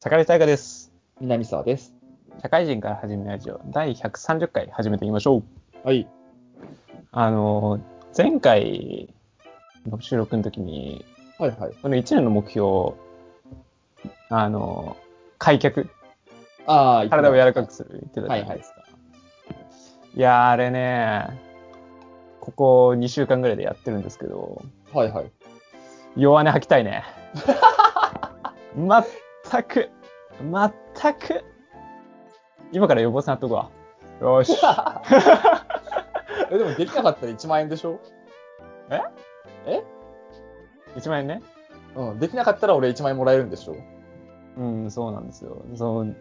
坂口大河です。南沢です。社会人から始めるラジオ第130回始めていきましょう。はい。あの、前回の収録の時に、はいはい。この1年の目標、あの、開脚、ああ、体を柔らかく。くする言ってたじゃないですか。いやー、あれね、ここ2週間ぐらいでやってるんですけど、はいはい。弱音吐きたいね。まったく、まったく。今から予防さんやっとくわ。よー し。え、でもできなかったら1万円でしょ1万円ね。うん。できなかったら俺1万円もらえるんでしょうん、そうなんですよ。そう。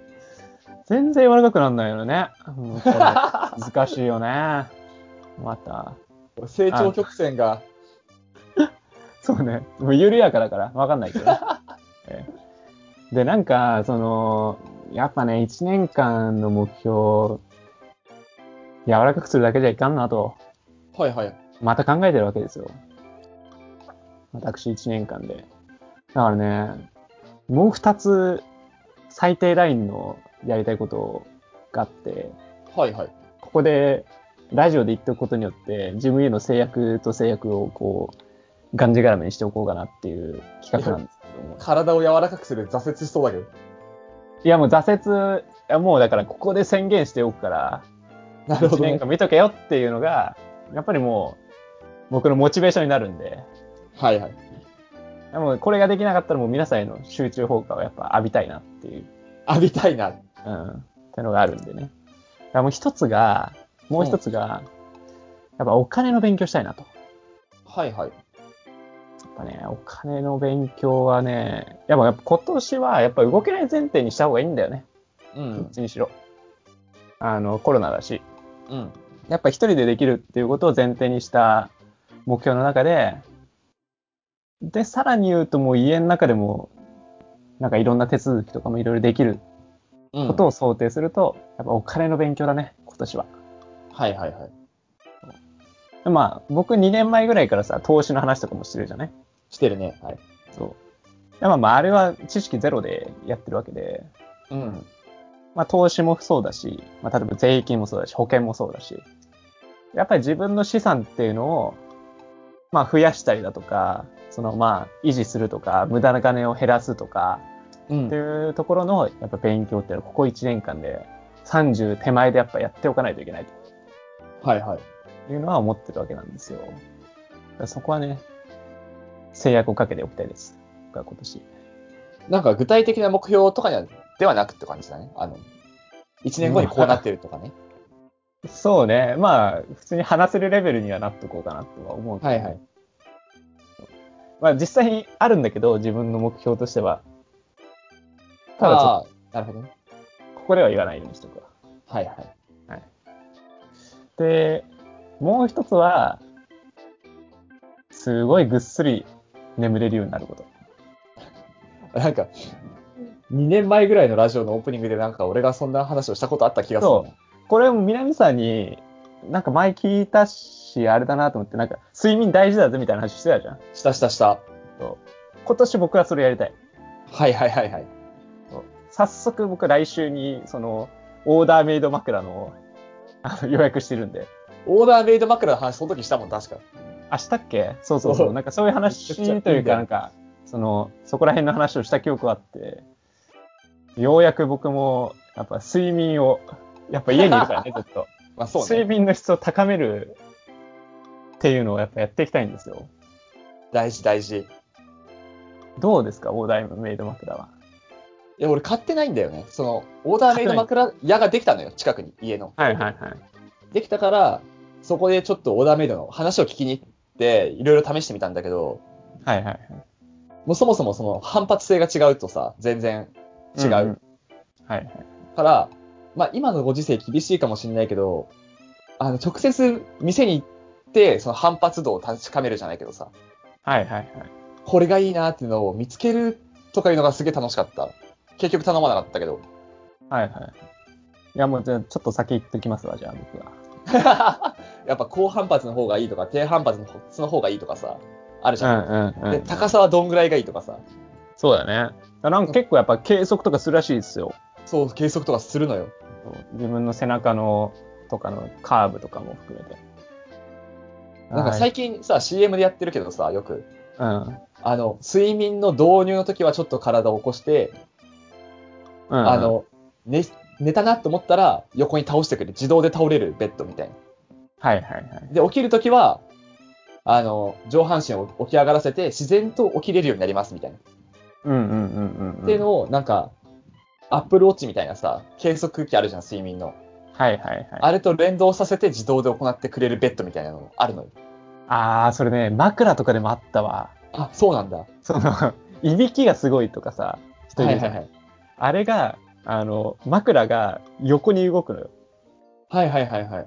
全然柔らかくなんないよね。もうこれ難しいよね。 また。俺成長曲線が。そうね。もう緩やかだから、わかんないけどね、ええで、なんか、その、やっぱね、1年間の目標、柔らかくするだけじゃいかんなと。はいはい。また考えてるわけですよ。私1年間で。だからね、もう2つ最低ラインのやりたいことがあって、はいはい。ここでラジオで言っておくことによって、自分への制約と制約をこう、がんじがらめにしておこうかなっていう企画なんですけども。体を柔らかくする挫折しそうだけど。いやもう挫折、いやもうだからここで宣言しておくから、なるほ1ど、年ね間。見とけよっていうのが、やっぱりもう僕のモチベーションになるんで。はいはい。でもこれができなかったらもう皆さんへの集中砲火をやっぱ浴びたいなっていう、浴びたいな。うん、ってのがあるんでね。だからもう一つが、もう一つが、やっぱお金の勉強したいなと。やはいはい。っぱね、お金の勉強はね、やっぱやっぱ今年はやっぱ動けない前提にした方がいいんだよね。うどっん。ちにしろ。あの、コロナだし。うん。やっぱ一人でできるっていうことを前提にした目標の中で、で、さらに言うともう家の中でも、なんかいろんな手続きとかもいろいろできるうん。ことを想定すると、やっぱお金の勉強だね、今年は。はいはいはい。でまあ、僕2年前ぐらいからさ、投資の話とかもしてるじゃないしてるね。はい。そう。でまあ、まあ、あれは知識ゼロでやってるわけで、うん。まあ、投資もそうだし、まあ、例えば税金もそうだし、保険もそうだし、やっぱり自分の資産っていうのを、まあ、増やしたりだとか、そのまあ、維持するとか、無駄な金を減らすとか、うっていん。うところの、やっぱ勉強っていうのは、ここ1年間で30手前でやっぱやっておかないといけないと。はいはい。いうのは思ってるわけなんですよ。だからそこはね、制約をかけておきたいです。僕は今年。なんか具体的な目標とかにはではなくって感じだね。あの、1年後にこうなってるとかね。そうね。まあ、普通に話せるレベルにはなっとこうかなとは思うけどはいはい。まあ、実際にあるんだけど、自分の目標としては。ただちょっああ、なるほどね。と、ここでは言わないようにしとくわ。はいはい。で、もう一つは、すごいぐっすり眠れるようになること。なんか、2年前ぐらいのラジオのオープニングでなんか俺がそんな話をしたことあった気がするな。そこれも南さんに、なんか前聞いたし、あれだなと思って、なんか睡眠大事だぜみたいな話してたじゃん。したしたした。そう今年僕はそれやりたい。はいはいはいはい。そう早速僕来週に、その、オーダーメイド枕のあの予約してるんで。オーダーメイド枕の話その時したもん、確か。あ、したっけそうそうそう。そうなんかそういう話めっちゃくちとゃいいいうんか、だよなんか、その、そこら辺の話をした記憶があって、ようやく僕も、やっぱ睡眠を、やっぱ家にいるから ね、ずっと。まあそう睡ね。眠の質を高めるっていうのをやっぱやっていきたいんですよ。大事大事。いどうですか、オーダーメイド枕は。や、俺買ってないんだよね。その、オーダーメイド枕屋ができたのよ、近くに、家の。はいはいはい。できたから、そこでちょっとオーダーメイドの話を聞きに行って、いろいろ試してみたんだけど、はいはいはい。もうそもそもその反発性が違うとさ、全然違う。んんはいはい。から、まあ、今のご時世厳しいかもしれないけど、あの直接店に行って、その反発度を確かめるじゃないけどさ、はいはいはい。これがいいなっていうのを見つけるとかいうのがすげえ楽しかった。結局頼まなかったけど。 はいはい。いやもうじゃあちょっと先行ってきますわ、じゃあ僕は。やっぱ高反発の方がいいとか、低反発の方の方がいいとかさ、あるじゃん。んうんで、高さはどんぐらいがいいとかさ、そうだね。なんか結構やっぱ計測とかするらしいですよ。そう、計測とかするのよ。自分の背中のとかのカーブとかも含めて。なんか最近さ、CM でやってるけどさ、よく。はいあの、睡眠の導入の時はちょっと体を起こして、うん。うん、あ、の、寝、寝たなと思ったら横に倒してくれる。自動で倒れるベッドみたいはいはいはい。な。で、起きる時は、あの、上半身を起き上がらせて自然と起きれるようになりますみたいな。うんうんうんうん、うん。っていうのを、なんか、アップルウォッチみたいなさ、計測器あるじゃん、睡眠の。はいはいはい。あれと連動させて自動で行ってくれるベッドみたいなのあるのよ。ああ、それね、枕とかでもあったわ。あ、そうなんだ。はその、 いびきがすごいとかさ、人いいはるいじゃんはい。あれが、あの、枕が横に動くのよ。はいはいはいはい。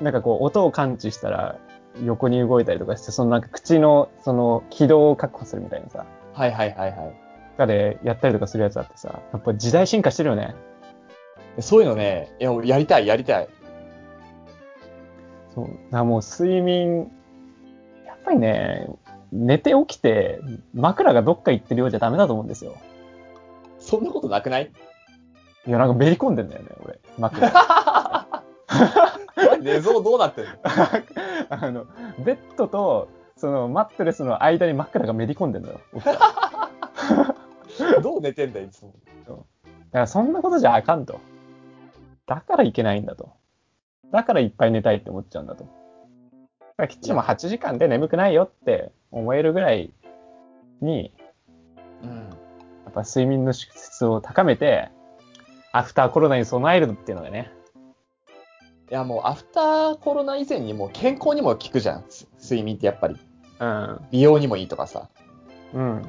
なんかこう、音を感知したら、横に動いたりとかして、そのなんか口の、その、軌道を確保するみたいなさ、はいはいはいはい。とかでやったりとかするやつあってさ、やっぱ時代進化してるよね。そういうのね、いや、俺やりたい、やりたい。そう。だからもう睡眠、やっぱりね、寝て起きて、枕がどっか行ってるようじゃダメだと思うんですよ。そんなことなくない いや、なんかめり込んでんだよね、俺。枕。寝相どうなってんのあの、ベッドと、その、マットレスの間に枕がめり込んでんのよ。起きたらだか どう寝てんだよ、いつも。ら、そんなことじゃあかんと。だからいけないんだと。だからいっぱい寝たいって思っちゃうんだと。だからきっちりもう8時間で眠くないよって思えるぐらいに、うん。やっぱ睡眠の質を高めて、アフターコロナに備えるっていうのがね。いや、もう、アフターコロナ以前にもう健康にも効くじゃん。す睡眠ってやっぱり。うん。美容にもいいとかさ。うん。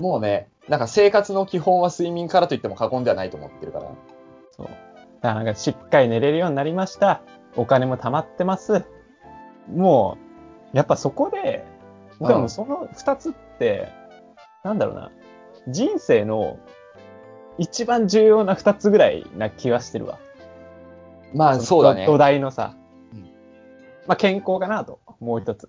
もうね、なんか生活の基本は睡眠からといっても過言ではないと思ってるから。そう。だからなんかしっかり寝れるようになりました。お金も貯まってます。もう、やっぱそこで、うんでもその二つって、なんだろうな。人生の一番重要な二つぐらいな気がしてるわ。まあ、そうだね土。台のさうん。まあ健康かなと。もう一つ。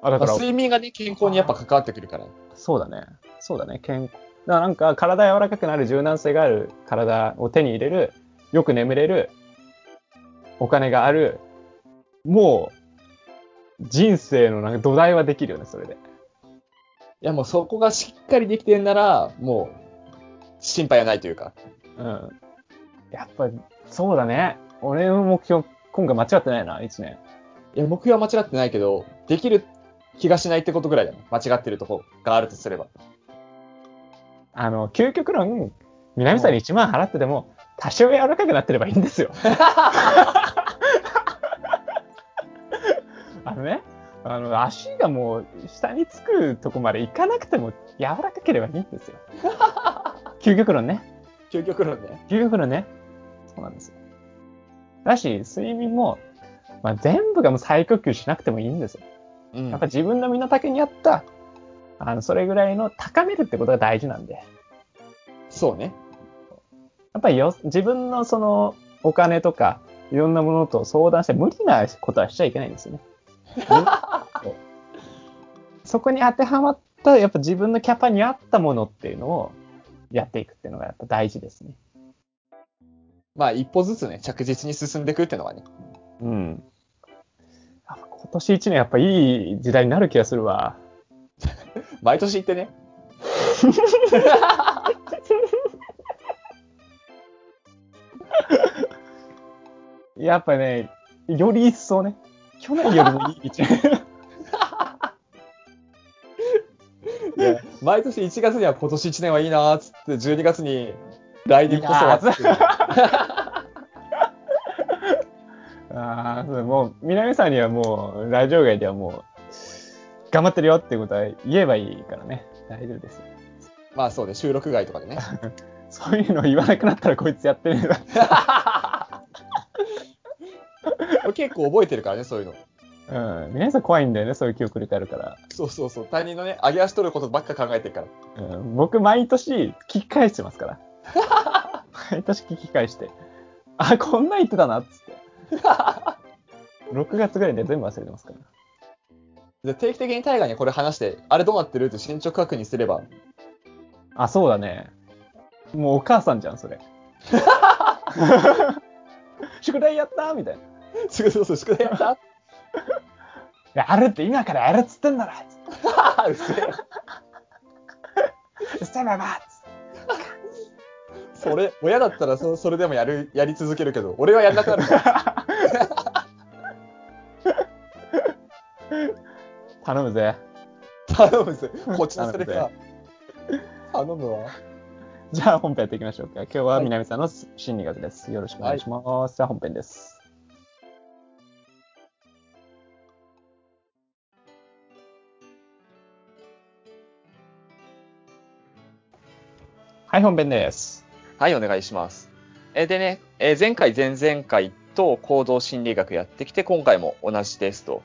あ、だまかあら、睡眠がね、健康にやっぱ関わってくるから。そうだね。そうだね。健康。だからなんか体柔らかくなる柔軟性がある体を手に入れる、よく眠れる、お金がある、もう人生のなんか土台はできるよね、それで。いやもうそこがしっかりできてんなら、もう心配はないというか。うん。やっぱそうだね。俺の目標、今回間違ってないな、1年。いや、目標は間違ってないけど、できる気がしないってことぐらいだね。間違ってるとこがあるとすれば。あの、究極論、南さんに1万払ってても、多少柔らかくなってればいいんですよ。 あのね、あの、足がもう、下につくとこまで行かなくても、柔らかければいいん ですよ。究極論ね。究極論ね。究極論ね。そうなんですよ。だし、睡眠も、まあ、全部がもう再呼吸しなくてもいいんですよ。うん。やっぱ自分の身の丈に合った、あの、それぐらいの高めるってことが大事なんで。そうね。やっぱりよ自分のそのお金とかいろんなものと相談して無理なことはしちゃいけないんですよね。そうそこに当てはまったやっぱ自分のキャパに合ったものっていうのをやっていくっていうのがやっぱ大事ですね。まあ一歩ずつね、着実に進んでいくっていうのはね。うん。やっぱ今年一年やっぱいい時代になる気がするわ。毎年言ってね。やっぱね、より一層ね、去年よりもいい一年。毎年1月には今年1年はいいなーっつって、12月に来年こそはっつって。ああ、そうもう、南さんにはもう、ラジオ外ではもう、頑張ってるよっていうことは言えばいいからね。大丈夫ですよ。まあそうね、収録外とかでね。そういうの言わなくなったらこいつやってねえな。俺結構覚えてるからね、そういうの。うん。皆さん怖いんだよね、そういう記憶力あるから。そうそうそう。他人のね、上げ足取ることばっか考えてるから。うん、僕、毎年、聞き返してますから。毎年聞き返して。あ、こんなん言ってたな、っつって。6月ぐらいで全部忘れてますから。で定期的に大河にこれ話して、あれどうなってるって進捗確認すれば、あ、そうだね。もうお母さんじゃん、それ。宿題やったみたいな。いすぐそうそう、宿題やった やあるって今からやるっつってんだろつっうるせえ。てうっせえばばっつってそれ、親だったらそそれでもやる、やり続けるけど、俺はやんなくなるから。頼むぜ。頼むぜ。こっちのそれか。頼むわ。じゃあ本編やっていきましょうか。今日ははい南さんの心理学です。よろしくお願いします。さあ本編です。はい、本編です。はい、お願いします。えーでね、えー前回、前々回と行動心理学やってきて、今回も同じですと。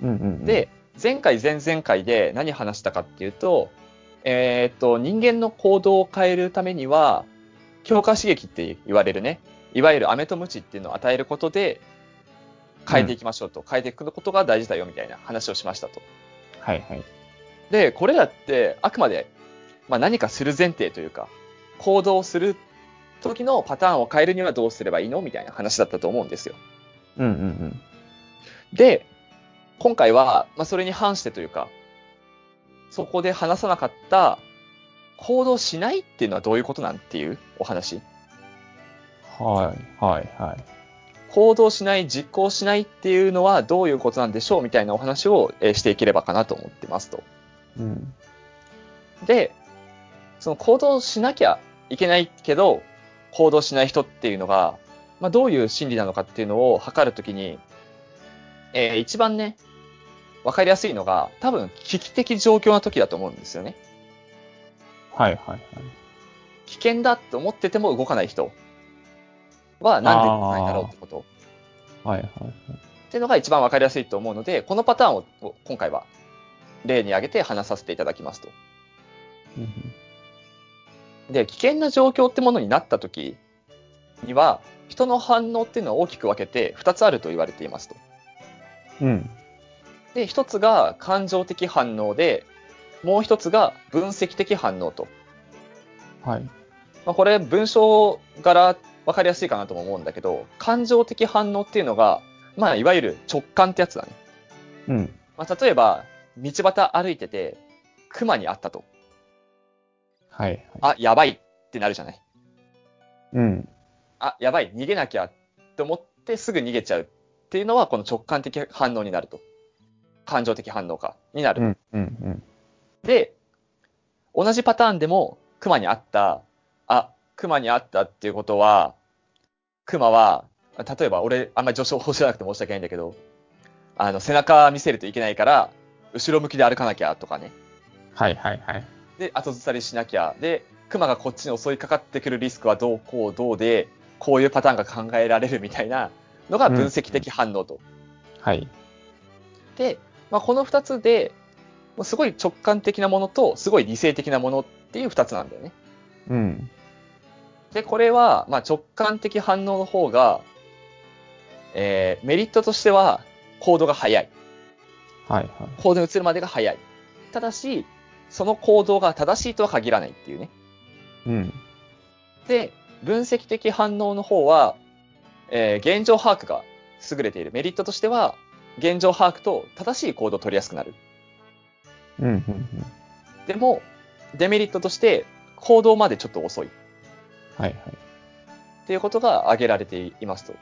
うんうんうん、で、前回、前々回で何話したかっていうと、えーっと、人間の行動を変えるためには、強化刺激って言われるね、いわゆる飴とムチっていうのを与えることで、変えていきましょうと、変えていくことが大事だよみたいな話をしましたと。はいはい。で、これらってあくまで、まあ、何かする前提というか、行動する時のパターンを変えるにはどうすればいいのみたいな話だったと思うんですよ。うんうんうん。で、今回は、まあ、それに反してというか、そこで話さなかった、行動しないっていうのはどういうことなんっていうお話。はいはいはい。行動しない、実行しないっていうのはどういうことなんでしょうみたいなお話をえーしていければかなと思ってますと。うん。で、その行動しなきゃいけないけど、行動しない人っていうのが、まあ、どういう心理なのかっていうのを測るときに、えー一番ね、わかりやすいのが、多分、危機的状況の時だと思うんですよね。はいはいはい。危険だって思ってても動かない人は、なんで動かないんだろうってこと。はいはいはい。っていうのが一番わかりやすいと思うので、このパターンをを今回は例に挙げて話させていただきますと。うんうんで、危険な状況ってものになった時には、人の反応っていうのは大きく分けて2つあると言われていますと。うん。で、1つが感情的反応で、もう1つが分析的反応と。はい。まあ、これ文章柄分かりやすいかなとも思うんだけど、感情的反応っていうのが、まあ、いわゆる直感ってやつだね。うん。まあ、例えば、道端歩いてて、熊に会ったと。はいはい。あ、やばいってなるじゃない。うん。あ、やばい、逃げなきゃって思ってすぐ逃げちゃうっていうのは、この直感的反応になると。感情的反応か、になる。うんうんうん。で、同じパターンでも、熊に会った、あ、熊に会ったっていうことは、熊は、例えば俺、あんまり助走知らなくて申し訳ないんだけど、あの、背中見せるといけないから、後ろ向きで歩かなきゃとかね。はいはいはい。で、後ずさりしなきゃ。で、熊がこっちに襲いかかってくるリスクはどうこうどうで、こういうパターンが考えられるみたいなのが分析的反応と。はい。で、まあ、この2つで、もうすごい直感的なものと、すごい理性的なものっていう2つなんだよね。うん。で、これは、まあ、直感的反応の方が、えーメリットとしては、行動が早い。はいはい。行動に移るまでが早い。ただし、その行動が正しいとは限らないっていうね。うん。で、分析的反応の方は、えー現状把握が優れている。メリットとしては、現状把握と正しい行動を取りやすくなる。うんうんうん。でも、デメリットとして、行動までちょっと遅い。はいはい。っていうことが挙げられていますと。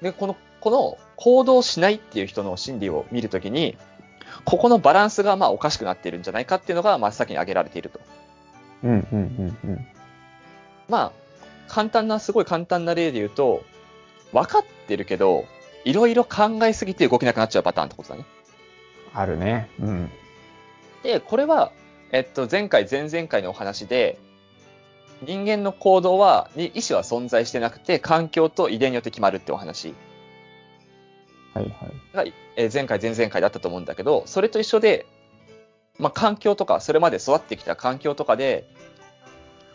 で、この、この行動しないっていう人の心理を見るときに、ここのバランスがまあおかしくなっているんじゃないかっていうのが真っ先に挙げられていると。うんうんうんうん。まあ、簡単な、すごい簡単な例で言うと、分かってるけど、いろいろ考えすぎて動けなくなっちゃうパターンってことだね。あるね。うん。で、これは、えっと、前回、前々回のお話で、人間の行動は、に意思は存在してなくて、環境と遺伝によって決まるってお話はいはい。が、えー前回、前々回だったと思うんだけど、それと一緒で、まあ、環境とか、それまで育ってきた環境とかで、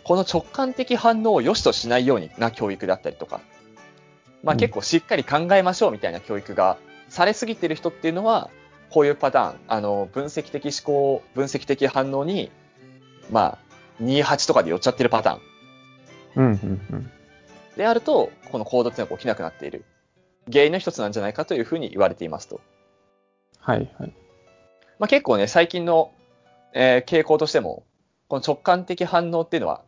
この直感的反応を良しとしないようにな教育だったりとか、まあ、うん結構しっかり考えましょうみたいな教育がされすぎてる人っていうのは、こういうパターン、あの、分析的思考、分析的反応に、まあ、28とかで寄っちゃってるパターンうん、うん、であると、この行動っていうのは起きなくなっている。原因の一つなんじゃないかというふうに言われていますと。はい、はい。まあ、結構ね、最近の、えー傾向としても、この直感的反応っていうのは、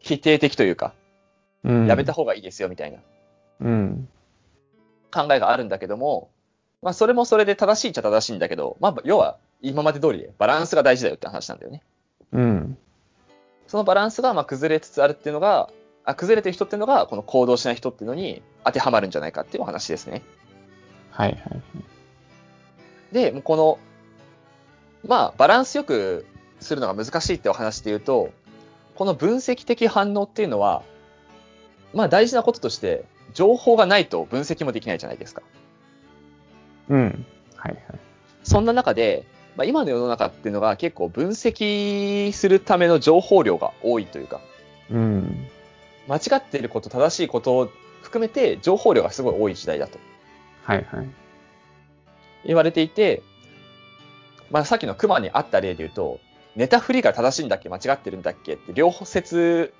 否定的というか、うん。やめた方がいいですよみたいなうん。考えがあるんだけども、まあ、それもそれで正しいっちゃ正しいんだけど、まあ、要は今まで通りでバランスが大事だよって話なんだよね。うん。そのバランスがまあ崩れつつあるっていうのが、あ崩れてる人っていうのが、この行動しない人っていうのに当てはまるんじゃないかっていうお話ですね。はい、はい。で、もうこの、まあ、バランスよくするのが難しいってお話で言うと、この分析的反応っていうのは、まあ大事なこととして、情報がないと分析もできないじゃないですか。うん。はい、はい。そんな中で、まあ、今の世の中っていうのが結構分析するための情報量が多いというか、うん。間違っていること、正しいことを含めて情報量がすごい多い時代だとはい、はい。言われていて、まあ、さっきの熊にあった例で言うと、ネタ振りが正しいんだっけ間違ってるんだっけって両方説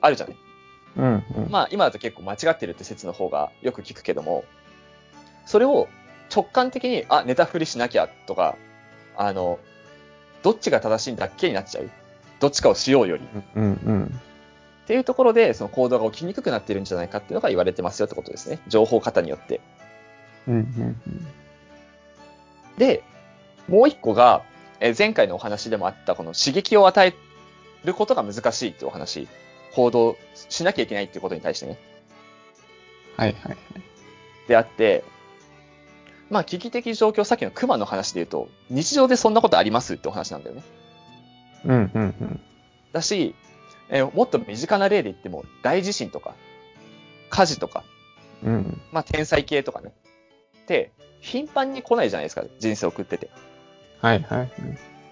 あるじゃない。うん、うん。まあ今だと結構間違ってるって説の方がよく聞くけども、それを直感的に、あ、ネタ振りしなきゃとか、あの、どっちが正しいんだっけになっちゃう。どっちかをしようより。っうん、うん。ていうところで、その行動が起きにくくなってるんじゃないかっていうのが言われてますよってことですね。情報型によって。うん、うん。で、もう一個が、えー前回のお話でもあった、この刺激を与えることが難しいってお話。行動しなきゃいけないっていうことに対してね。はい、はい。であって、まあ、危機的状況、さっきの熊の話で言うと、日常でそんなことありますってお話なんだよね。うん、うん、うん。だし、えーもっと身近な例で言っても、大地震とか、火事とか、うん。まあ、天災系とかね。って、頻繁に来ないじゃないですか、人生送ってて。はい、はい。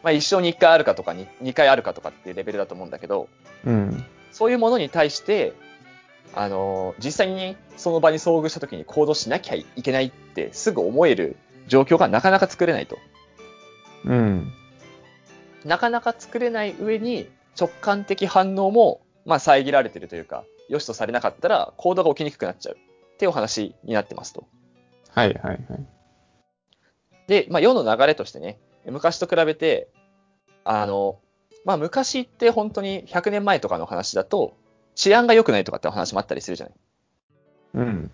まあ、一生に一回あるかとかに、二回あるかとかっていうレベルだと思うんだけど、うん。そういうものに対して、あのー実際にその場に遭遇した時に行動しなきゃいけないってすぐ思える状況がなかなか作れないと。うん。なかなか作れない上に直感的反応も、まあ、遮られてるというか、良しとされなかったら行動が起きにくくなっちゃうっていうお話になってますと。はい、はい、はい。で、まあ、世の流れとしてね、昔と比べて、あの、まあ、昔って本当に100年前とかの話だと、治安が良くないとかってお話もあったりするじゃない。うん。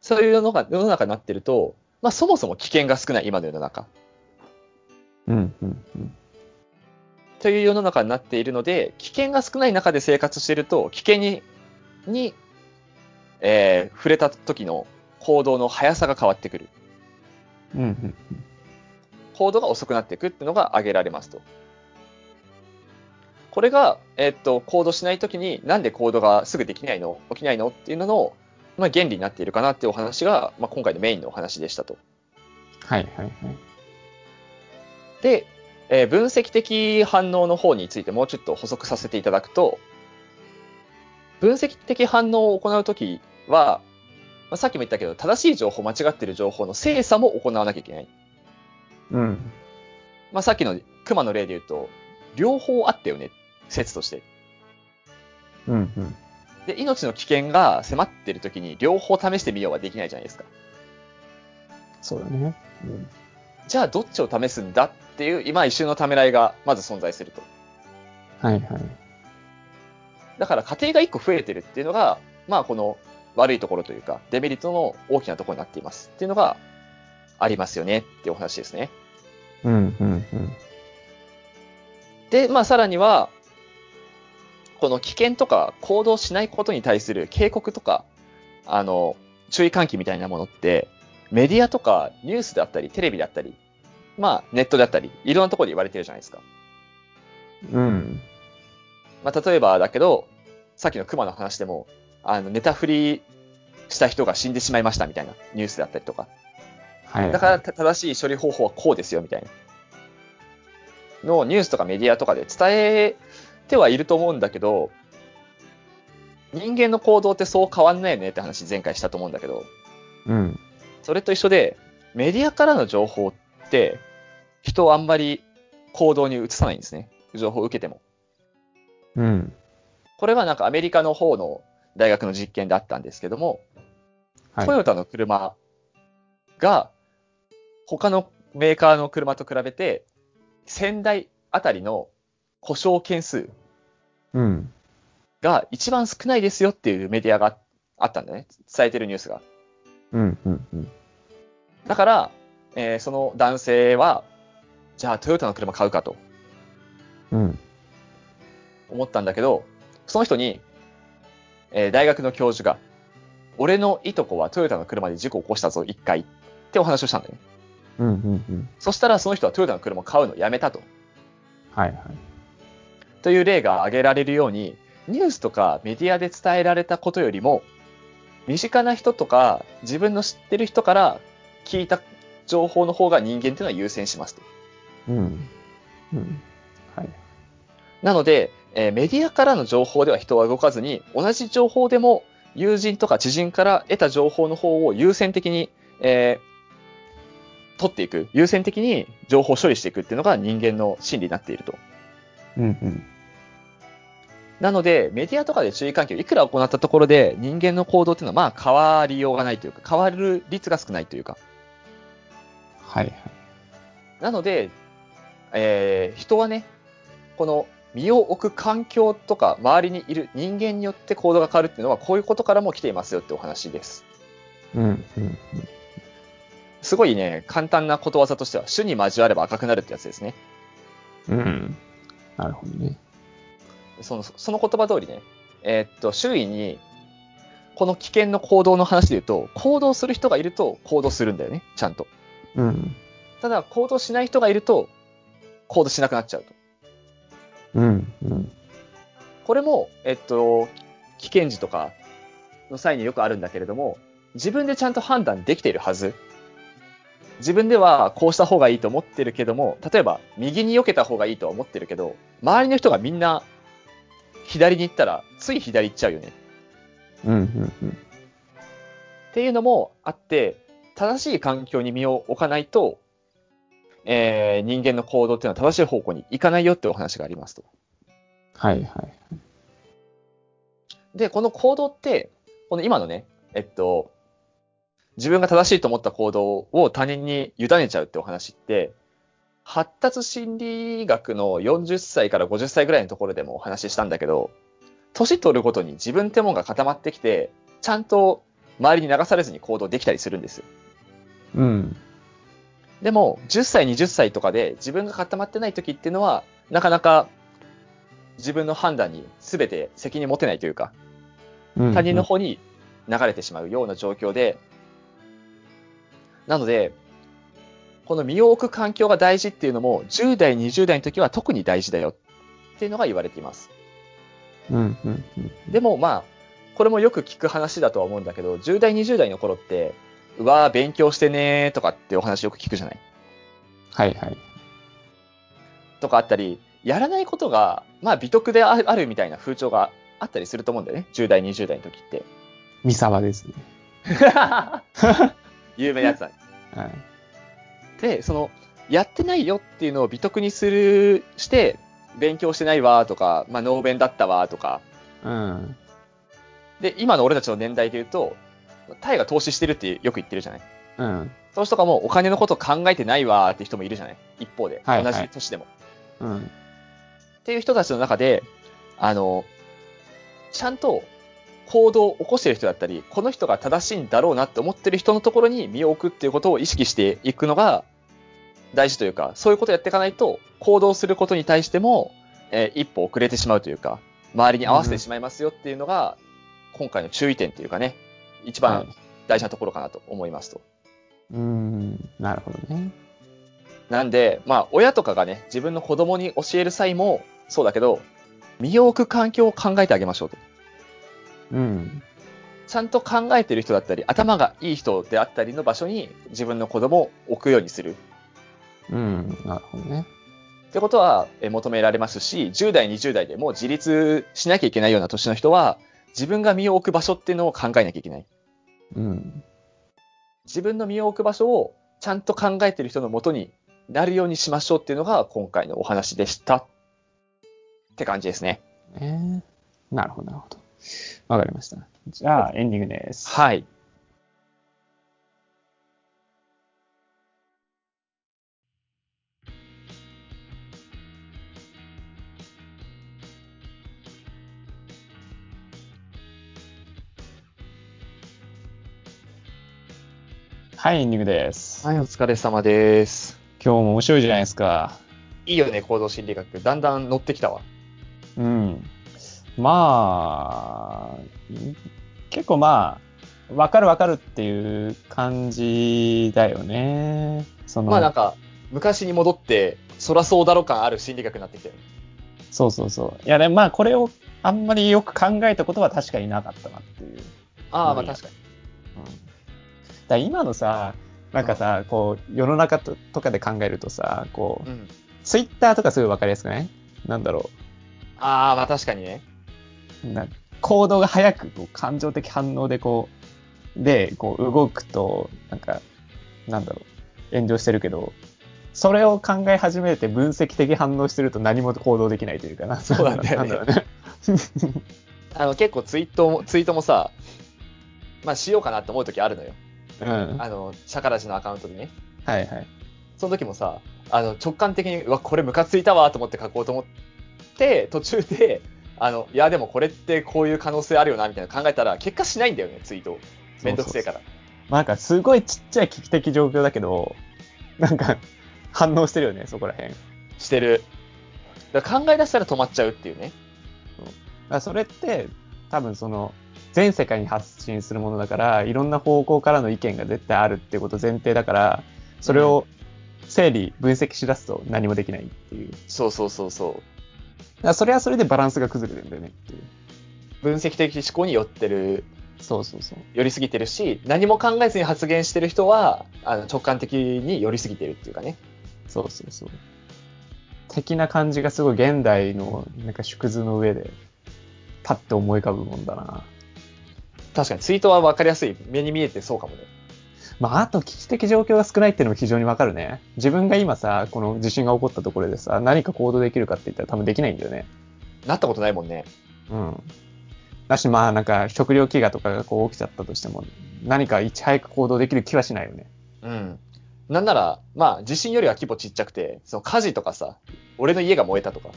そういうのが世の中になってると、まあ、そもそも危険が少ない今の世の中。うん、うん、うん。という世の中になっているので、危険が少ない中で生活していると、危険に、に、えー触れた時の行動の速さが変わってくる。うん、うん。行動が遅くなっていくっていうのが挙げられますと。これが、えーっと、行動しない時になんで行動がすぐできないの起きないのっていうのの、まあ、原理になっているかなっていうお話が、まあ、今回のメインのお話でしたと。はい、はい、はい。で、えー分析的反応の方についてもうちょっと補足させていただくと、分析的反応を行うときは、まあ、さっきも言ったけど、正しい情報、間違ってる情報の精査も行わなきゃいけない。うん。まあ、さっきの熊の例で言うと、両方あったよね、説として。うん、うん。で、命の危険が迫ってるときに、両方試してみようはできないじゃないですか。そうだね。じゃあ、どっちを試すんだっていう、今一瞬のためらいがまず存在すると。はい、はい。だから家庭が1個増えてるっていうのが、まあこの悪いところというか、デメリットの大きなところになっていますっていうのがありますよねっていうお話ですね。うん、うん、うん。で、まあさらには、この危険とか行動しないことに対する警告とか、あの、注意喚起みたいなものって、メディアとかニュースであったり、テレビであったり、まあネットであったり、いろんなところで言われてるじゃないですか。うん。まあ、例えばだけど、さっきの熊の話でも、あの、ネタ振りした人が死んでしまいましたみたいなニュースだったりとか、はい。だからた正しい処理方法はこうですよみたいな。のニュースとかメディアとかで伝えてはいると思うんだけど、人間の行動ってそう変わんないよねって話前回したと思うんだけど、うん。それと一緒で、メディアからの情報っって、人をあんまり行動に移さないんですね。情報を受けても。うん。これはなんかアメリカの方の大学の実験であったんですけども、はいトヨタの車が他のメーカーの車と比べて1000台あたりの故障件数うん。が一番少ないですよっていうメディアがあったんだね。伝えてるニュースが。うん。うん。うん。だから、えーその男性は、じゃあトヨタの車買うかとうん。思ったんだけど、その人に、えー大学の教授が、俺のいとこはトヨタの車で事故を起こしたぞ、一回ってお話をしたんだよね。うん。うん。うん。そしたらその人はトヨタの車を買うのをやめたと。はいはい。という例が挙げられるように、ニュースとかメディアで伝えられたことよりも、身近な人とか自分の知ってる人から聞いた情報の方が人間っていうのは優先しますと。うん。うん。はい。なので、えーメディアからの情報では人は動かずに、同じ情報でも友人とか知人から得た情報の方を優先的に、えー取っていく、優先的に情報処理していくっていうのが人間の心理になっていると。うん。うん。なので、メディアとかで注意喚起をいくら行ったところで、人間の行動っていうのはまあ変わりようがないというか、変わる率が少ないというか。はいはい。なので、えー人はね、この身を置く環境とか、周りにいる人間によって行動が変わるっていうのは、こういうことからも来ていますよってお話です。うん。うん。すごいね、簡単なことわざとしては、種に交われば赤くなるってやつですね。うん。なるほどね。そのその言葉通りね、えーっと、周囲に、この危険の行動の話で言うと、行動する人がいると行動するんだよね、ちゃんと。うん。ただ、行動しない人がいると、行動しなくなっちゃうと。うん。うん。これも、えっと、危険時とかの際によくあるんだけれども、自分でちゃんと判断できているはず。自分ではこうした方がいいと思ってるけども、例えば右に避けた方がいいとは思ってるけど、周りの人がみんな左に行ったら、つい左行っちゃうよね。うん。うん。うん。っていうのもあって、正しい環境に身を置かないと、えー人間の行動っていうのは正しい方向に行かないよってお話がありますと。はいはい。で、この行動って、この今のね、えっと、自分が正しいと思った行動を他人に委ねちゃうってお話って、発達心理学の40歳から50歳ぐらいのところでもお話ししたんだけど、年取るごとに自分ってもんが固まってきて、ちゃんと周りに流されずに行動できたりするんですよ。うん。でも、10歳、20歳とかで自分が固まってない時っていうのは、なかなか自分の判断に全て責任持てないというか、うん他人の。方に流れてしまうような状況で、なので、この身を置く環境が大事っていうのも、10代、20代の時は特に大事だよっていうのが言われています。うん。うん。うん。でもまあ、これもよく聞く話だとは思うんだけど、10代、20代の頃って、うわー、勉強してねーとかってお話よく聞くじゃないはいはい。とかあったり、やらないことが、まあ、美徳でああるみたいな風潮があったりすると思うんだよね。10代、20代の時って。三沢です ね。有名なやつだはい。で、その、やってないよっていうのを美徳にする、して、勉強してないわとか、まあ、能弁だったわとか、うん。で、今の俺たちの年代で言うと、タイが投資してるってよく言ってるじゃないうん。投資とかもお金のこと考えてないわーって人もいるじゃない一方で、はい同じ年でも。うん。っていう人たちの中で、あの、ちゃんと行動を起こしてる人だったり、この人が正しいんだろうなって思ってる人のところに身を置くっていうことを意識していくのが大事というか、そういうことをやっていかないと、行動することに対しても、えー一歩遅れてしまうというか、周りに合わせてしまいますよっていうのが、今回の注意点というかね、一は番い大事なところかなと思いますと。うん。なるほどね。なんで、まあ、親とかがね、自分の子供に教える際もそうだけど、身を置く環境を考えてあげましょうと。うん。ちゃんと考えてる人だったり、頭がいい人であったりの場所に自分の子供を置くようにする。うん。なるほどね。ってことはえ求められますし、10代、20代でもう自立しなきゃいけないような年の人は、自分が身を置く場所っていうのを考えなきゃいけない。うん。自分の身を置く場所をちゃんと考えてる人のもとになるようにしましょうっていうのが今回のお話でした。って感じですね。ねなるほど、なるほど。わかりました。じゃあ、エンディングです。はい。はい、エンディングです。はい、お疲れ様です。今日も面白いじゃないですか。いいよね、行動心理学。だんだん乗ってきたわ。うん。まあ、ん結構まあ、わかるわかるっていう感じだよね。その、まあなんか、昔に戻って、そらそうだろ感ある心理学になってきてる。そうそうそう。いや、でもまあ、これをあんまりよく考えたことは確かになかったなっていう。ああ、うまあん確かに。うんだから今のさ、なんかさ、こう、世の中ととかで考えるとさ、こうう、ん。ツイッターとかすごいわかりやすくないなんだろああ、まあ確かにね。う。な行動が早く、こう、感情的反応でこう、で、こう、動くと、なんか、なんだろう、炎上してるけど、それを考え始めて分析的反応してると何も行動できないというかな。そうなんだよ ねなんだろうね。あの、結構ツイートも、ツイートもさ、まあしようかなって思う時あるのよ。うん。はあの、シャカラジのアカウントでね。いはい。その時もさ、あの、直感的に、うわ、これムカついたわと思って書こうと思って、途中で、あの、いや、でもこれってこういう可能性あるよな、みたいな考えたら、結果しないんだよね、ツイートを。めんどくせえから。まあなんかすごいちっちゃい危機的状況だけど、なんか反応してるよね、そこら辺。だかしてる。だから考え出したら止まっちゃうっていうね。らそれって多分その全世界に発信するものだから、いろんな方向からの意見が絶対あるってこと前提だから、それを整理、分析しだすと何もできないっていう。だそうそうそうそう。からそれはそれでバランスが崩れてるんだよねっていう。分析的思考に寄ってる、そうそうそう。寄りすぎてるし、何も考えずに発言してる人は、あの直感的に寄りすぎてるっていうかね。そうそうそう。的な感じがすごい現代のなんか縮図の上で、パッて思い浮かぶもんだな。確かにツイートは分かりやすい。目に見えてそうかもね。まあ、あと危機的状況が少ないっていうのも非常にわかるね。自分が今さ、この地震が起こったところでさ、何か行動できるかって言ったら多分できないんだよね。なったことないもんね。うん。だし、まあ、なんか食料飢餓とかがこう起きちゃったとしても、何かいち早く行動できる気はしないよね。うん。なんなら、まあ、地震よりは規模ちっちゃくて、その火事とかさ、俺の家が燃えたとか。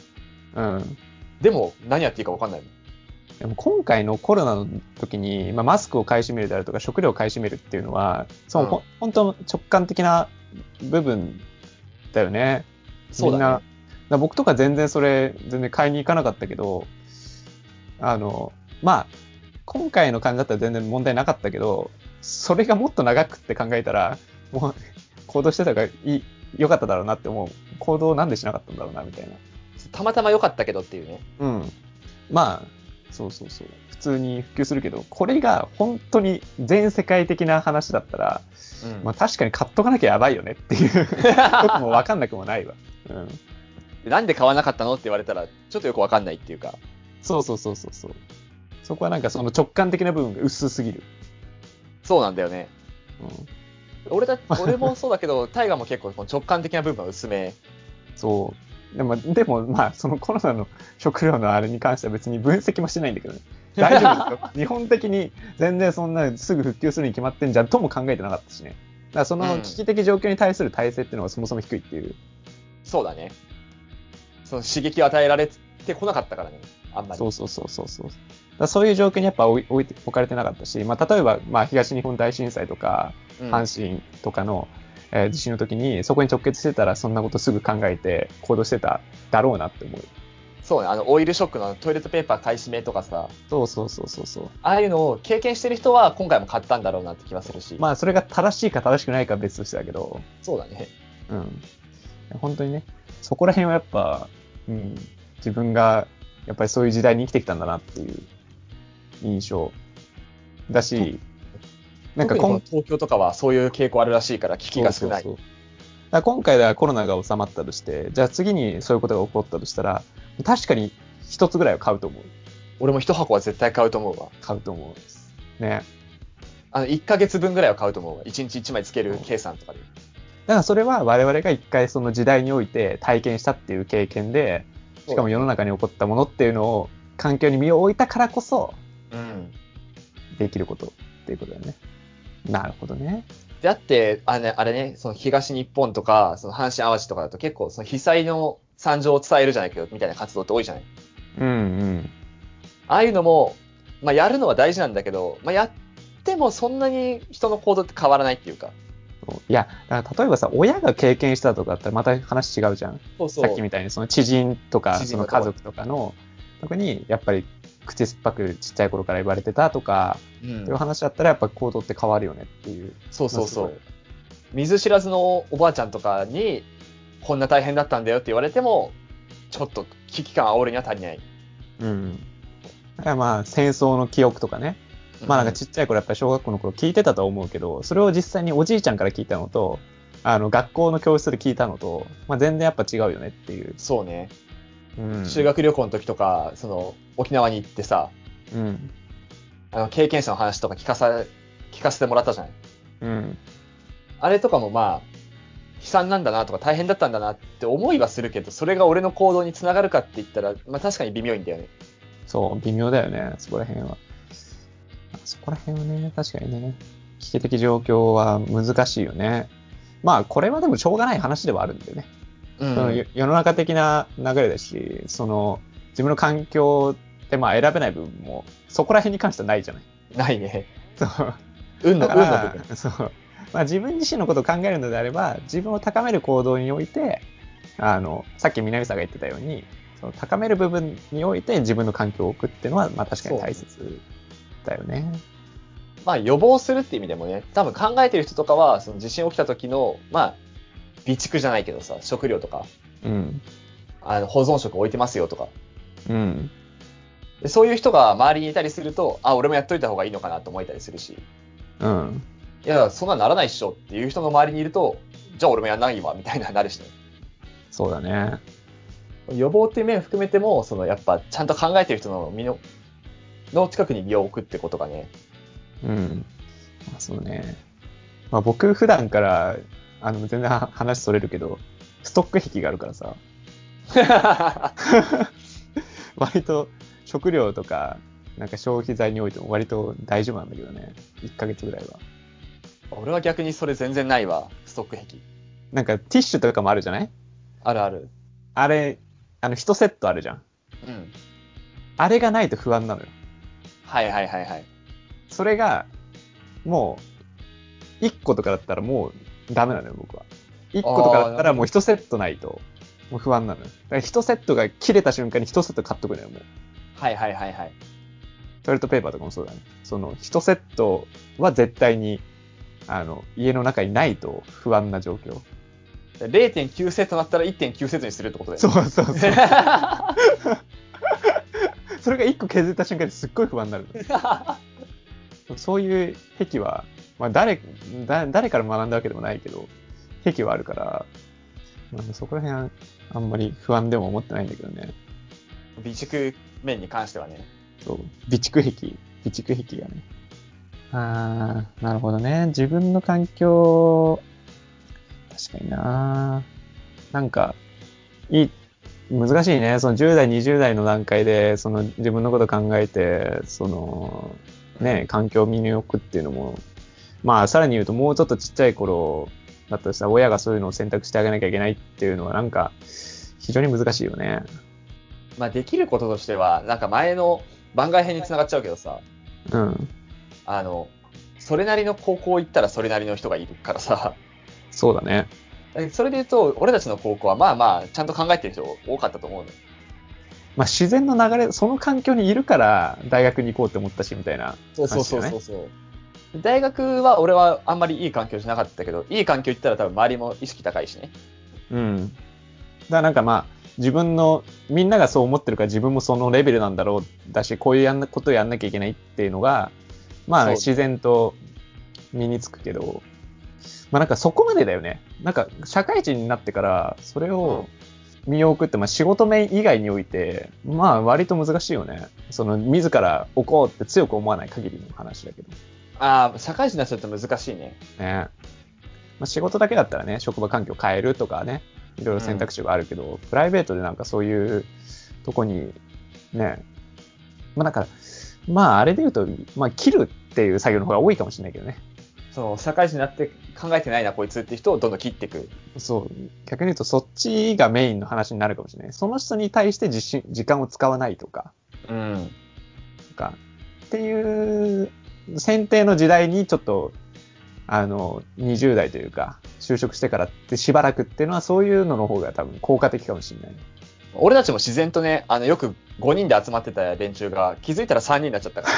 うん。でも、何やっていいか分かんないもん。でも今回のコロナの時に、まあ、マスクを買い占めるであるとか、食料を買い占めるっていうのは、その、うんほん、本当の直感的な部分だよね。そうみんな、だだかね。ら僕とか全然それ、全然買いに行かなかったけど、あの、まあ、今回の感じだったら全然問題なかったけど、それがもっと長くって考えたら、もう行動してたからいい、良かっただろうなって思う。行動なんでしなかったんだろうな、みたいな。たまたま良かったけどっていうね。うん。まあ、そうそうそう。普通に普及するけど、これが本当に全世界的な話だったら、うんまあ確かに買っとかなきゃやばいよねっていう ことも分かんなくもないわ。うん。なんで買わなかったのって言われたら、ちょっとよく分かんないっていうか。そうそうそうそうそう。そこはなんかその直感的な部分が薄すぎる。そうなんだよね。うん、俺だ、俺もそうだけど、タイガも結構この直感的な部分は薄め。そう。でも、でもまあ、そのコロナの食料のあれに関しては別に分析もしてないんだけどね。大丈夫ですよ。日本的に全然そんなすぐ復旧するに決まってんじゃんとも考えてなかったしね。だからその危機的状況に対する体制っていうのがそもそも低いっていう。そうだね。その刺激を与えられてこなかったからね。あんまり。そうそうそうそうそう。だからそういう状況にやっぱ置い置いて置かれてなかったし、まあ、例えば、まあ、東日本大震災とか、うん阪神とかの、えー地震の時に、そこに直結してたら、そんなことすぐ考えて行動してただろうなって思う。そうね。あの、オイルショックのトイレットペーパー買い占めとかさ、そうそうそうそうそう。ああいうのを経験してる人は今回も買ったんだろうなって気はするし。まあ、それが正しいか正しくないかは別としてだけど、そうだね。うん。本当にね、そこら辺はやっぱ、うん、自分が、やっぱりそういう時代に生きてきたんだなっていう印象だし、なんか特にこ今の東京とかはそういう傾向あるらしいから、危機が少ない。そうそうそうだから今回ではコロナが収まったとして、じゃあ次にそういうことが起こったとしたら、確かに一つぐらいは買うと思う。俺も一箱は絶対買うと思うわ。買うと思う。ね。あの、1ヶ月分ぐらいは買うと思うわ。1日1枚つける計算とかで。からそれは我々が一回その時代において体験したっていう経験で、しかも世の中に起こったものっていうのを環境に身を置いたからこそうん。できることっていうことだよね。なるほどね。だって、あれあれね、その東日本とか、その阪神淡路とかだと結構、その被災の惨状を伝えるじゃないけど、みたいな活動って多いじゃない。うんうん。ああいうのも、まあ、やるのは大事なんだけど、まあ、やってもそんなに人の行動って変わらないっていうか。いや、だから例えばさ、親が経験したとかだったらまた話違うじゃん。そうそさっきみたいにその知人とか、そ知人ののとこ家族とかの、特にやっぱり口酸っぱくちっちゃい頃から言われてたとか、うっんていう話だったらやっぱ行動って変わるよねっていう。そうそうそまあう。水知らずのおばあちゃんとかに、こんな大変だったんだよって言われても、ちょっと危機感煽るには足りない。うん。だからまあ戦争の記憶とかね。まあなんかちっちゃい頃やっぱり小学校の頃聞いてたとは思うけど、それを実際におじいちゃんから聞いたのと、あの学校の教室で聞いたのと、まあ全然やっぱ違うよねっていう。そうね。うん。修学旅行の時とか、その、沖縄に行ってさ、うん。あの、経験者の話とか聞かさ、聞かせてもらったじゃない。うん。あれとかもまあ、悲惨なんだなとか大変だったんだなって思いはするけど、それが俺の行動につながるかって言ったら、まあ確かに微妙いんだよね。そう、微妙だよね、そこら辺は。そこら辺はね、確かにね、危機的状況は難しいよね。まあこれはでもしょうがない話ではあるんだよね。そうのよ世の中的な流れだし、その自分の環境ってまあ選べない部分も、そこら辺に関してはないじゃない。ないね。そう運の、だ運かの部ら分。、そうまあ、自分自身のことを考えるのであれば、自分を高める行動において、あのさっき南さんが言ってたように、その高める部分において自分の環境を置くっていうのは、まあ、確かに大切だよね。まあ予防するって意味でもね、多分考えてる人とかは、その地震起きた時の、まあ、備蓄じゃないけどさ、食料とか、うん。あの保存食置いてますよとか。うん。でそういう人が周りにいたりすると、あ、俺もやっといた方がいいのかなと思えたりするし、うん。いや、そんなならないっしょっていう人の周りにいると、じゃあ俺もやんないわ、みたいななるしね。そうだね。予防っていう面含めても、そのやっぱちゃんと考えてる人の身の、の近くに身を置くってことがね。うん。まあ、そうね。まあ、僕、普段から、あの、全然は話それるけど、ストック癖があるからさ、 割と食料とか、なんか消費財においても割と大丈夫なんだけどね。1ヶ月ぐらいは。 俺は逆にそれ全然ないわ、ストック壁。なんかティッシュとかもあるじゃないあるある。あれ、あの、1セットあるじゃん。うん。あれがないと不安なのよ。はいはいはいはい。それが、もう、1個とかだったらもうダメなのよ、僕は。1個とかだったらもう1セットないと、もう不安なのよ。だから1セットが切れた瞬間に1セット買っとくのよ、もう。はいはいはいはい。トイレットペーパーとかもそうだね。その、1セットは絶対に、あの、家の中にないと不安な状況。 0.9セットだったら1.9セットにするってことだそようね。そうそう。 それが1個削った瞬間にすっごい不安になる の。そういう癖は、まあ誰、だ誰から学んだわけでもないけど、癖はあるから、まあ、そこら辺はあんまり不安でも思ってないんだけどね。備蓄面に関してはね。そう、備蓄癖、備蓄癖がね。ああ、なるほどね。自分の環境、確かにな。なんか、いい、難しいね。その10代、20代の段階で、その自分のこと考えて、その、ね、環境を身に置くっていうのも、まあ、さらに言うと、もうちょっとちっちゃい頃だったらさ、親がそういうのを選択してあげなきゃいけないっていうのは、なんか、非常に難しいよね。まあできることとしては、なんか前の番外編につながっちゃうけどさ、うん。あの、それなりの高校行ったらそれなりの人がいるからさ、そうだね。それで言うと、俺たちの高校はまあまあ、ちゃんと考えてる人多かったと思うのよ。まあ、自然の流れ、その環境にいるから大学に行こうって思ったしみたいな。そうそうそうそうそう。大学は俺はあんまりいい環境じゃなかったけど、いい環境行ったら多分周りも意識高いしね。うん。だからなんかまあ、自分の、みんながそう思ってるから自分もそのレベルなんだろうだし、こういうやんなことをやんなきゃいけないっていうのが、まあそう自然と身につくけど、まあなんかそこまでだよね。なんか社会人になってから、それを身を置くって、まあ仕事面以外において、まあ割と難しいよね。その自ら置こうって強く思わない限りの話だけど。ああ、社会人になっちゃうと難しいね。ね。まあ、仕事だけだったらね、職場環境変えるとかね、いろいろ選択肢があるけど、プライベートでなんかそういうとこに、ね、まあだから、まああれで言うと、まあ切るっていう作業の方が多いかもしれないけどね。その社会人になって考えてないなこいつって人をどんどん切っていくそう、逆に言うとそっちがメインの話になるかもしれない。その人に対して自信時間を使わないとか、うんとか、っていう選定の時代にちょっと、あの、20代というか、就職してからってしばらくっていうのはそういうのの方が多分効果的かもしれない。俺たちも自然とねあのよく5人で集まってた連中が気づいたら3人になっちゃったか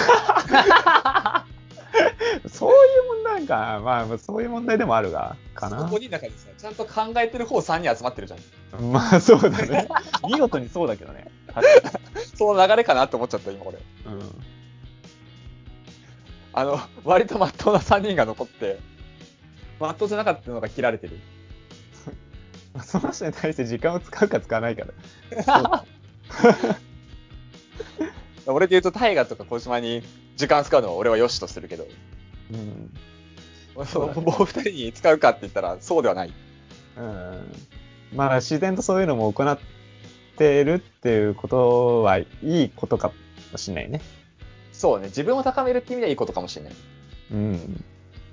らそういう問題か、まあ、そういう問題でもあるが、かな5。人だからさちゃんと考えてる方3人集まってるじゃんまあ、そうだね。 見事にそうだけどね。その流れかなって思っちゃった今俺うん。あの割とまっとうな3人が残ってまっとうじゃなかったのが切られてるその人に対して時間を使うか使わないから。俺で言うと大河とか小島に時間使うのは俺は良しとするけどうん。そのそうだねもう2人に使うかって言ったらそうではないうん。まあ、自然とそういうのも行ってるっていうことはいいことかもしれないね。そうね自分を高めるって意味ではいいことかもしれないうん。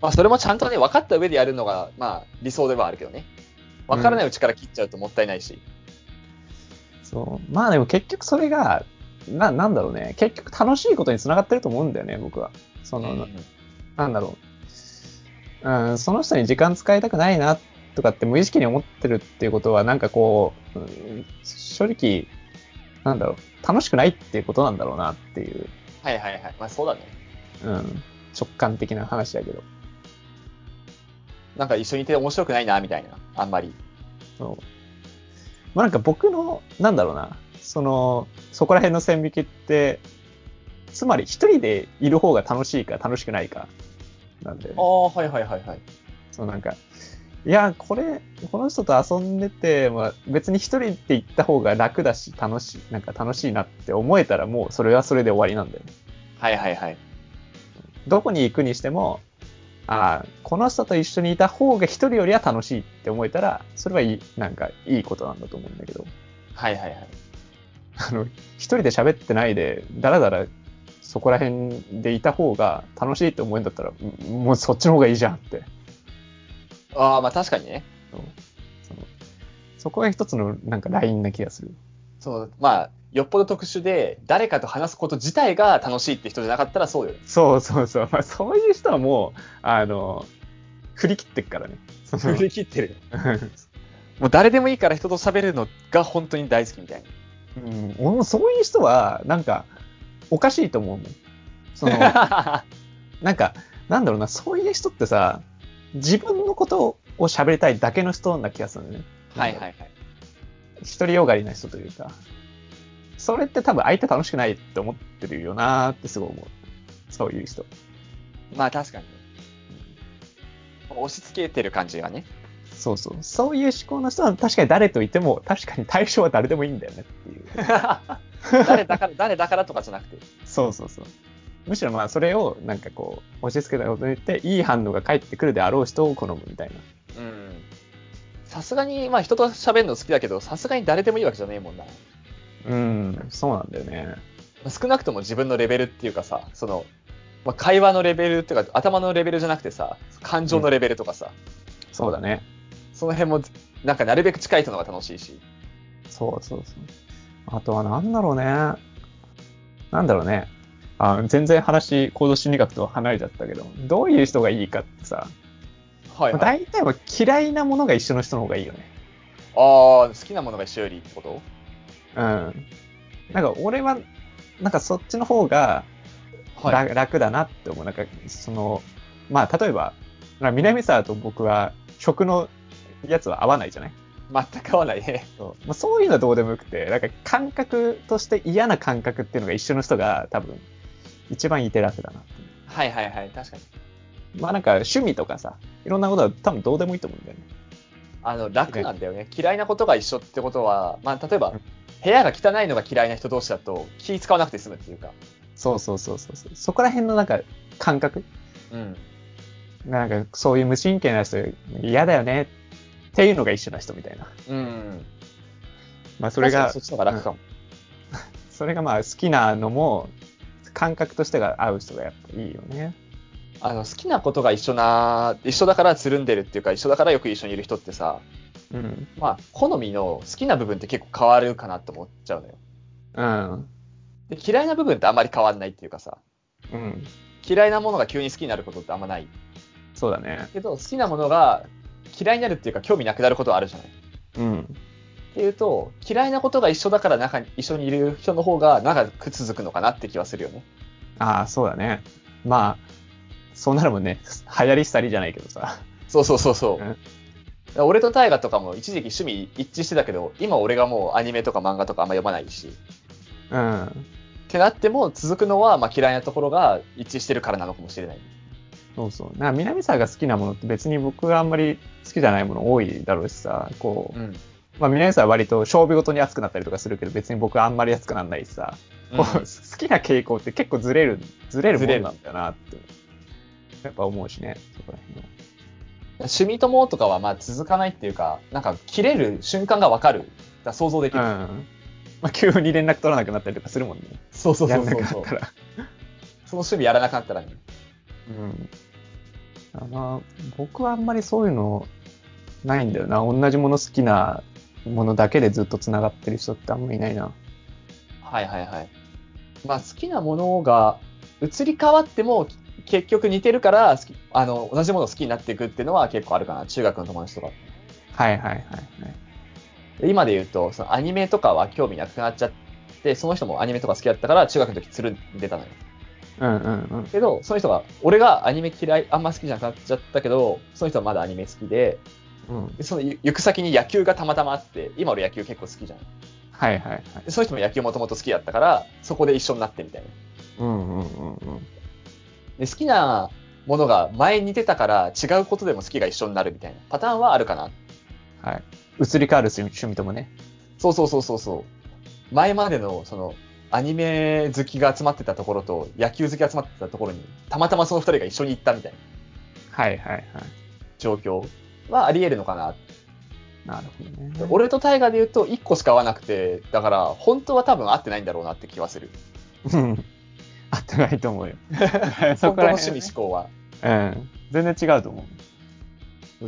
まあ、それもちゃんとね、分かった上でやるのが、まあ、理想ではあるけどね。分からないうちから切っちゃうともったいないし。そう。まあでも結局それが、な、なんだろうね。結局楽しいことにつながってると思うんだよね、僕は。その、なんだろう、うん、その人に時間使いたくないなとかって無意識に思ってるっていうことは、なんかこう、うん正直、なんだろう、楽しくないっていうことなんだろうなっていう、はいはいはい。まあ、そうだね。うん、直感的な話だけど、なんか一緒にいて面白くないな、みたいな。あんまり。そうまあなんか僕の、なんだろうな、その、そこら辺の線引きって、つまり一人でいる方が楽しいか楽しくないか、なんで、ね。あ、はいはいはいはい。そうなんか、いや、これ、この人と遊んでて、まあ、別に一人って行った方が楽だし、楽しい、なんか楽しいなって思えたら、もうそれはそれで終わりなんだよね。はいはいはい。どこに行くにしても、ああ、この人と一緒にいた方が一人よりは楽しいって思えたら、それはいい、なんかいいことなんだと思うんだけど、はいはいはい。あの、一人で喋ってないで、だらだらそこら辺でいた方が楽しいって思うんだったら、うんもうそっちの方がいいじゃんって。ああ、まあ確かにね。そうそのそこが一つのなんかラインな気がする。そう、まあ、よっぽど特殊で、誰かと話すこと自体が楽しいって人じゃなかったらそうよ。そうそうそう。まあ、そういう人はもう、あの、振り切ってっからね。その切ってる。もう誰でもいいから人と喋るのが本当に大好きみたいな。うん、俺もそういう人は、なんか、おかしいと思うもん。そ の、なんか、なんだろうな、そういう人ってさ、自分のことを喋りたいだけの人な気がするんだよね。はいはいはい。独りよがりな人というか。それって多分相手楽しくないって思ってるよなーってすごい思う。そういう人。まあ確かにね。押し付けてる感じ がね。そうそう。そういう思考の人は確かに誰といても、確かに対象は誰でもいいんだよねっていう。誰だから、誰だからとかじゃなくて。そうそうそう。むしろまあそれをなんかこう、押し付けたことによって、いい反応が返ってくるであろう人を好むみたいな。うん。さすがに、まあ人と喋るの好きだけど、さすがに誰でもいいわけじゃねえもんな。うん、そうなんだよね。少なくとも自分のレベルっていうかさ、その、まあ、会話のレベルっていうか、頭のレベルじゃなくてさ、感情のレベルとかさ、そうだね。その辺も、なんかなるべく近い人の方が楽しいし。そうそうそう。あとはなんだろうね。なんだろうね。あ全然話、行動心理学とは離れちゃったけど、どういう人がいいかってさ、はい、はい。大体は嫌いなものが一緒の人の方がいいよね。ああ、好きなものが一緒よりってことうん。なんか俺は、なんかそっちの方がら、い。楽だなって思う。なんかその、まあ例えば、まあ南沢と僕は食のやつは合わないじゃない全く合わないね。 そう,、まあ、そういうのはどうでもよくて、なんか感覚として嫌な感覚っていうのが一緒の人が多分一番いて楽だなってはいはいはい、確かに。いう。まあなんか趣味とかさ、いろんなことは多分どうでもいいと思うんだよね。あの楽なんだよね嫌いなことが一緒ってことは、まあ、例えば部屋が汚いのが嫌いな人同士だと気使わなくて済むっていうか、そうそうそうそうそう。そこら辺のなんか感覚うん、なんかそういう無神経な人嫌だよねっていうのが一緒な人みたいな。うん。まあそれが、確かにそっちの方が楽かも。それがまあ好きなのも感覚としてが合う人がやっぱいいよね。あの、好きなことが一緒な、一緒だからつるんでるっていうか、一緒だからよく一緒にいる人ってさ、うん。まあ、好みの好きな部分って結構変わるかなって思っちゃうのよ。うん。で嫌いな部分ってあんまり変わんないっていうかさ、うん。嫌いなものが急に好きになることってあんまない。そうだね。けど、好きなものが嫌いになるっていうか、興味なくなることはあるじゃない。うん。っていうと、嫌いなことが一緒だから中に一緒にいる人の方が長く続くのかなって気はするよね。ああ、そうだね。まあ、そうなるもんね。 流行り廃りじゃないけどさ。 そうそうそうそう。うんだから俺と大河とかも一時期趣味一致してたけど、今俺がもうアニメとか漫画とかあんま読まないし。うん。ってなっても続くのは、まあ、嫌いなところが一致してるからなのかもしれない。そうそう。なんか南沢が好きなものって別に僕はあんまり好きじゃないもの多いだろうしさ。こう、ん。まあ南沢は割と勝負ごとに熱くなったりとかするけど別に僕はあんまり熱くならないしさ。こう好きな傾向って結構ずれる、ずれるもんなんだよなって、やっぱ思うしね、そこら辺は。趣味友とかはまあ続かないっていうか、なんか切れる瞬間がわかる。だ想像できうる。ん。まあ、急に連絡取らなくなったりとかするもんね。そうそうそうやんそなうくなったら。その趣味やらなかったらね。うん。あまあ、僕はあんまりそういうのないんだよな。同じもの好きなものだけでずっと繋がってる人ってあんまりいないな。はいはいはい。まあ好きなものが移り変わっても結局似てるから好きあの同じもの好きになっていくっていうのは結構あるかな。中学の友達とか。はいはいはいはい。で今で言うと、そのアニメとかは興味なくなっちゃって、その人もアニメとか好きだったから中学の時つるんでたのよ。うんうんうん。けど、その人が、俺がアニメ嫌い、あんま好きじゃなくなっちゃったけど、その人はまだアニメ好きで、うん。でそのゆ行く先に野球がたまたまあって、今俺野球結構好きじゃん。はいはいはい。でその人も野球もともと好きだったから、そこで一緒になってみたいな。うんうんうんうん。で好きなものが前に出たから違うことでも好きが一緒になるみたいなパターンはあるかな。はい。移り変わる趣趣味ともね。そうそうそうそうそう。前までのそのアニメ好きが集まってたところと野球好きが集まってたところにたまたまその二人が一緒に行ったみたいなはいはいはい。状況はあり得るのかな。なるほどね。で俺と大河で言うと一個しか合わなくて、だから本当は多分合ってないんだろうなって気はする。うん。合ってないと思うよ。 そ本こ当のら趣辺味思考は。はねうん。全然違うと思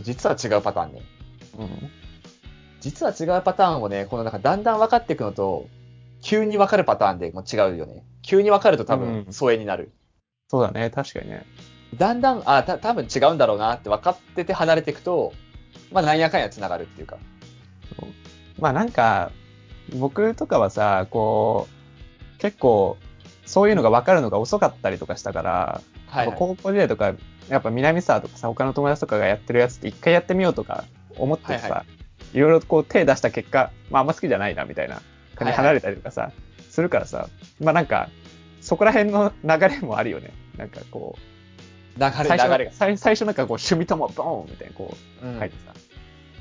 実は違うパターンね。う。うん。実は違うパターンをね、このなんかだんだん分かっていくのと、急に分かるパターンでも違うよね。急に分かると多う分ん疎遠になる。そうだね。確かにね。だんだん、あ、た多分違うんだろうなって分かってて離れていくと、まあなんやかんや繋がるっていうか。そうまあなんか、僕とかはさ、こう、結構、そういうのが分かるのが遅かったりとかしたから、はい、やっぱはい。高校時代とか、やっぱ南沢とかさ、他の友達とかがやってるやつって一回やってみようとか思ってさ、はいいはろいろこう手出した結果、まああんま好きじゃないなみたいな感じで離れたりとかさ、するからさ、まあなんか、そこら辺の流れもあるよね。なんかこう、流最れ、初流れが。最最初なんかこう趣味ともボーンみたいなこううん書いてさ、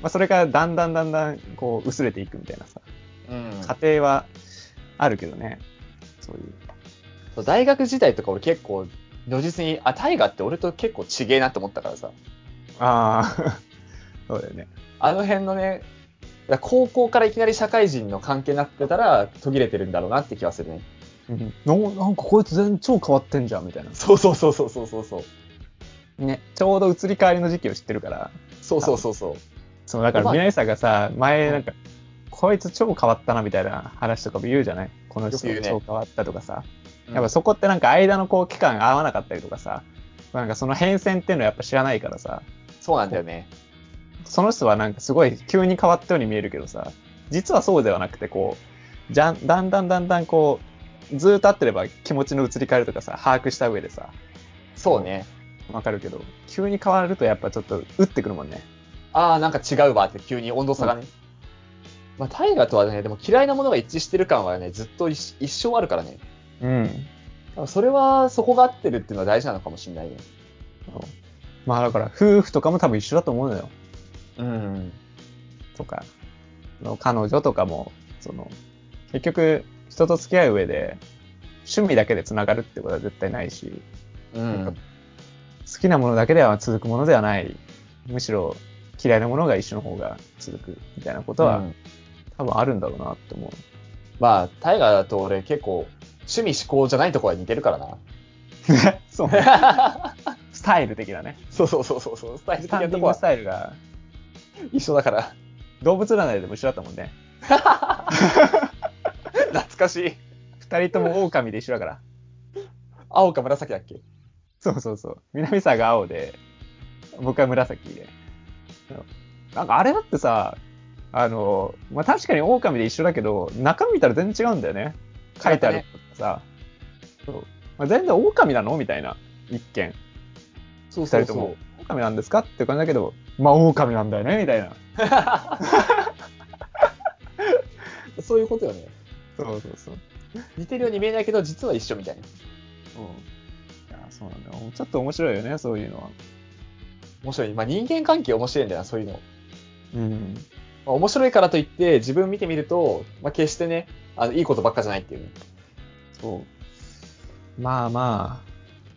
まあ、それがだんだんだんだんこう薄れていくみたいなさうん過程はあるけどねそういうそう大学時代とか俺結構、如実に、あ、タイガって俺と結構ちげえなって思ったからさ。ああ そうだよねあの辺のね、いや高校からいきなり社会人の関係になってたら途切れてるんだろうなって気はするね。うん、のなんかこいつ全然超変わってんじゃんみたいなそうそうそうそうそうそうそう。ねちょうど移り変わりの時期を知ってるからそうそうそうそう。そのだかまらあ南さんがさ前なんか、こいつ超変わったなみたいな話とかも言うじゃないこの人よく言う超ね変わったとかさ、うんやっぱそこってなんか間のこう期間が合わなかったりとかさ、まあなんかその変遷っていうのはやっぱ知らないからさ、そうなんだよね。その人はなんかすごい急に変わったように見えるけどさ、実はそうではなくてこう、じゃん、だんだんだんだんこう、ずーっと会ってれば気持ちの移り変わりとかさ、把握した上でさ、そうね。わかるけど、急に変わるとやっぱちょっと打ってくるもんね。ああ、なんか違うわって急に温度差がね。まあ、大河とはね、でも嫌いなものが一致してる感はね、ずっと一一生あるからね。うん。多分それは、そこが合ってるっていうのは大事なのかもしれないね。そうまあだから夫婦とかも多分一緒だと思うのよ。うん。とか、の彼女とかも、その、結局、人と付き合う上で、趣味だけで繋がるってことは絶対ないし、うなんんか。好きなものだけでは続くものではない。むしろ嫌いなものが一緒の方が続くみたいなことは、うん多分あるんだろうなって思う。 まあ、タイガーと俺結構、趣味思考じゃないところは似てるからな。そう ね。スタイル的だね。そうそうそうそうそう、スタイルス的タンなディとンこグはスタイルが一緒だから。動物占いでも一緒だったもんね。懐かしい。二人とも狼で一緒だから。青か紫だっけそうそうそう。南沢が青で、僕は紫で。なんかあれだってさ、あの、まあ、確かに狼で一緒だけど、中見たら全然違うんだよね。書いてあることがさ。そうまあ、全然狼なのみたいな、一見。そ二人とも。狼なんですかって感じだけど、まあ狼なんだよねみたいな。そう。 そういうことよね。そうそうそう。似てるように見えないけど、実は一緒みたいな。いや、そうなんだよ。ちょっと面白いよね、そういうのは。面白い。まあ、人間関係面白いんだよな、そういうの。まうん。あ、面白いからといって、自分見てみると、まあ、決してね、あの、いいことばっかじゃないっていうね。そう。まあま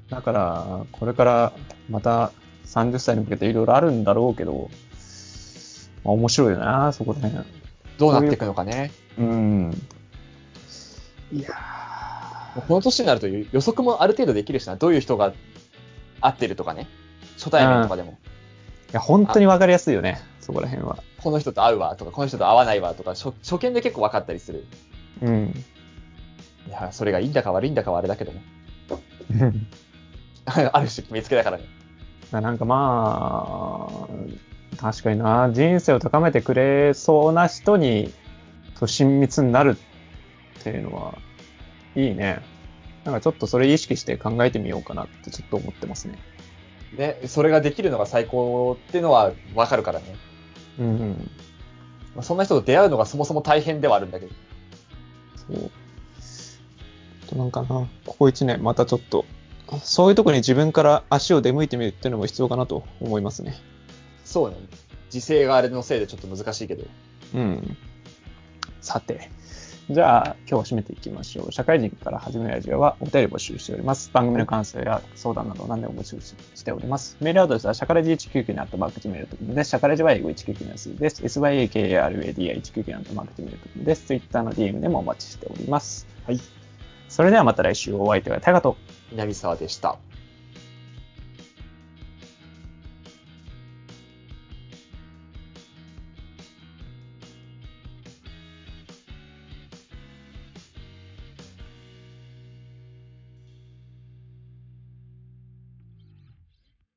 あ、だから、これからまた30歳に向けていろいろあるんだろうけど、まあ、面白いよな、そこら辺。どうなっていくのかね。うん。いやもうこの年になると予予測もある程度できるしな、どういう人が合ってるとかね。初対面とかでも。いや、本当にわかりやすいよね、そこら辺は。この人と会うわとか、この人と会わないわとか、初初見で結構分かったりする。うん。いや、それがいいんだか悪いんだかはあれだけどね。 ある種見つけだからね。なんかまあ、確かにな、人生を高めてくれそうな人に、と親密になるっていうのは、いいね。なんかちょっとそれ意識して考えてみようかなってちょっと思ってますね。ね、それができるのが最高っていうのは分かるからね。うん。まあそんな人と出会うのがそもそも大変ではあるんだけど。そう。あとなんかな、ここ一年またちょっと、そういうとこに自分から足を出向いてみるっていうのも必要かなと思いますね。そうね。時勢があれのせいでちょっと難しいけど。うん。さて。じゃあ、今日は締めていきましょう。社会人から始めるラジオはお便り募集しております。番組の感想や相談など何でも募集しております。メールアドレスは、シャカレジ199にアットマークジメールドットコムです。シャカレジは英語199の数字です。syakaradi199 にアットマークジメールドットコムです。Twitter の DM でもお待ちしております。はい。それではまた来週お相手はタイガと。南沢でした。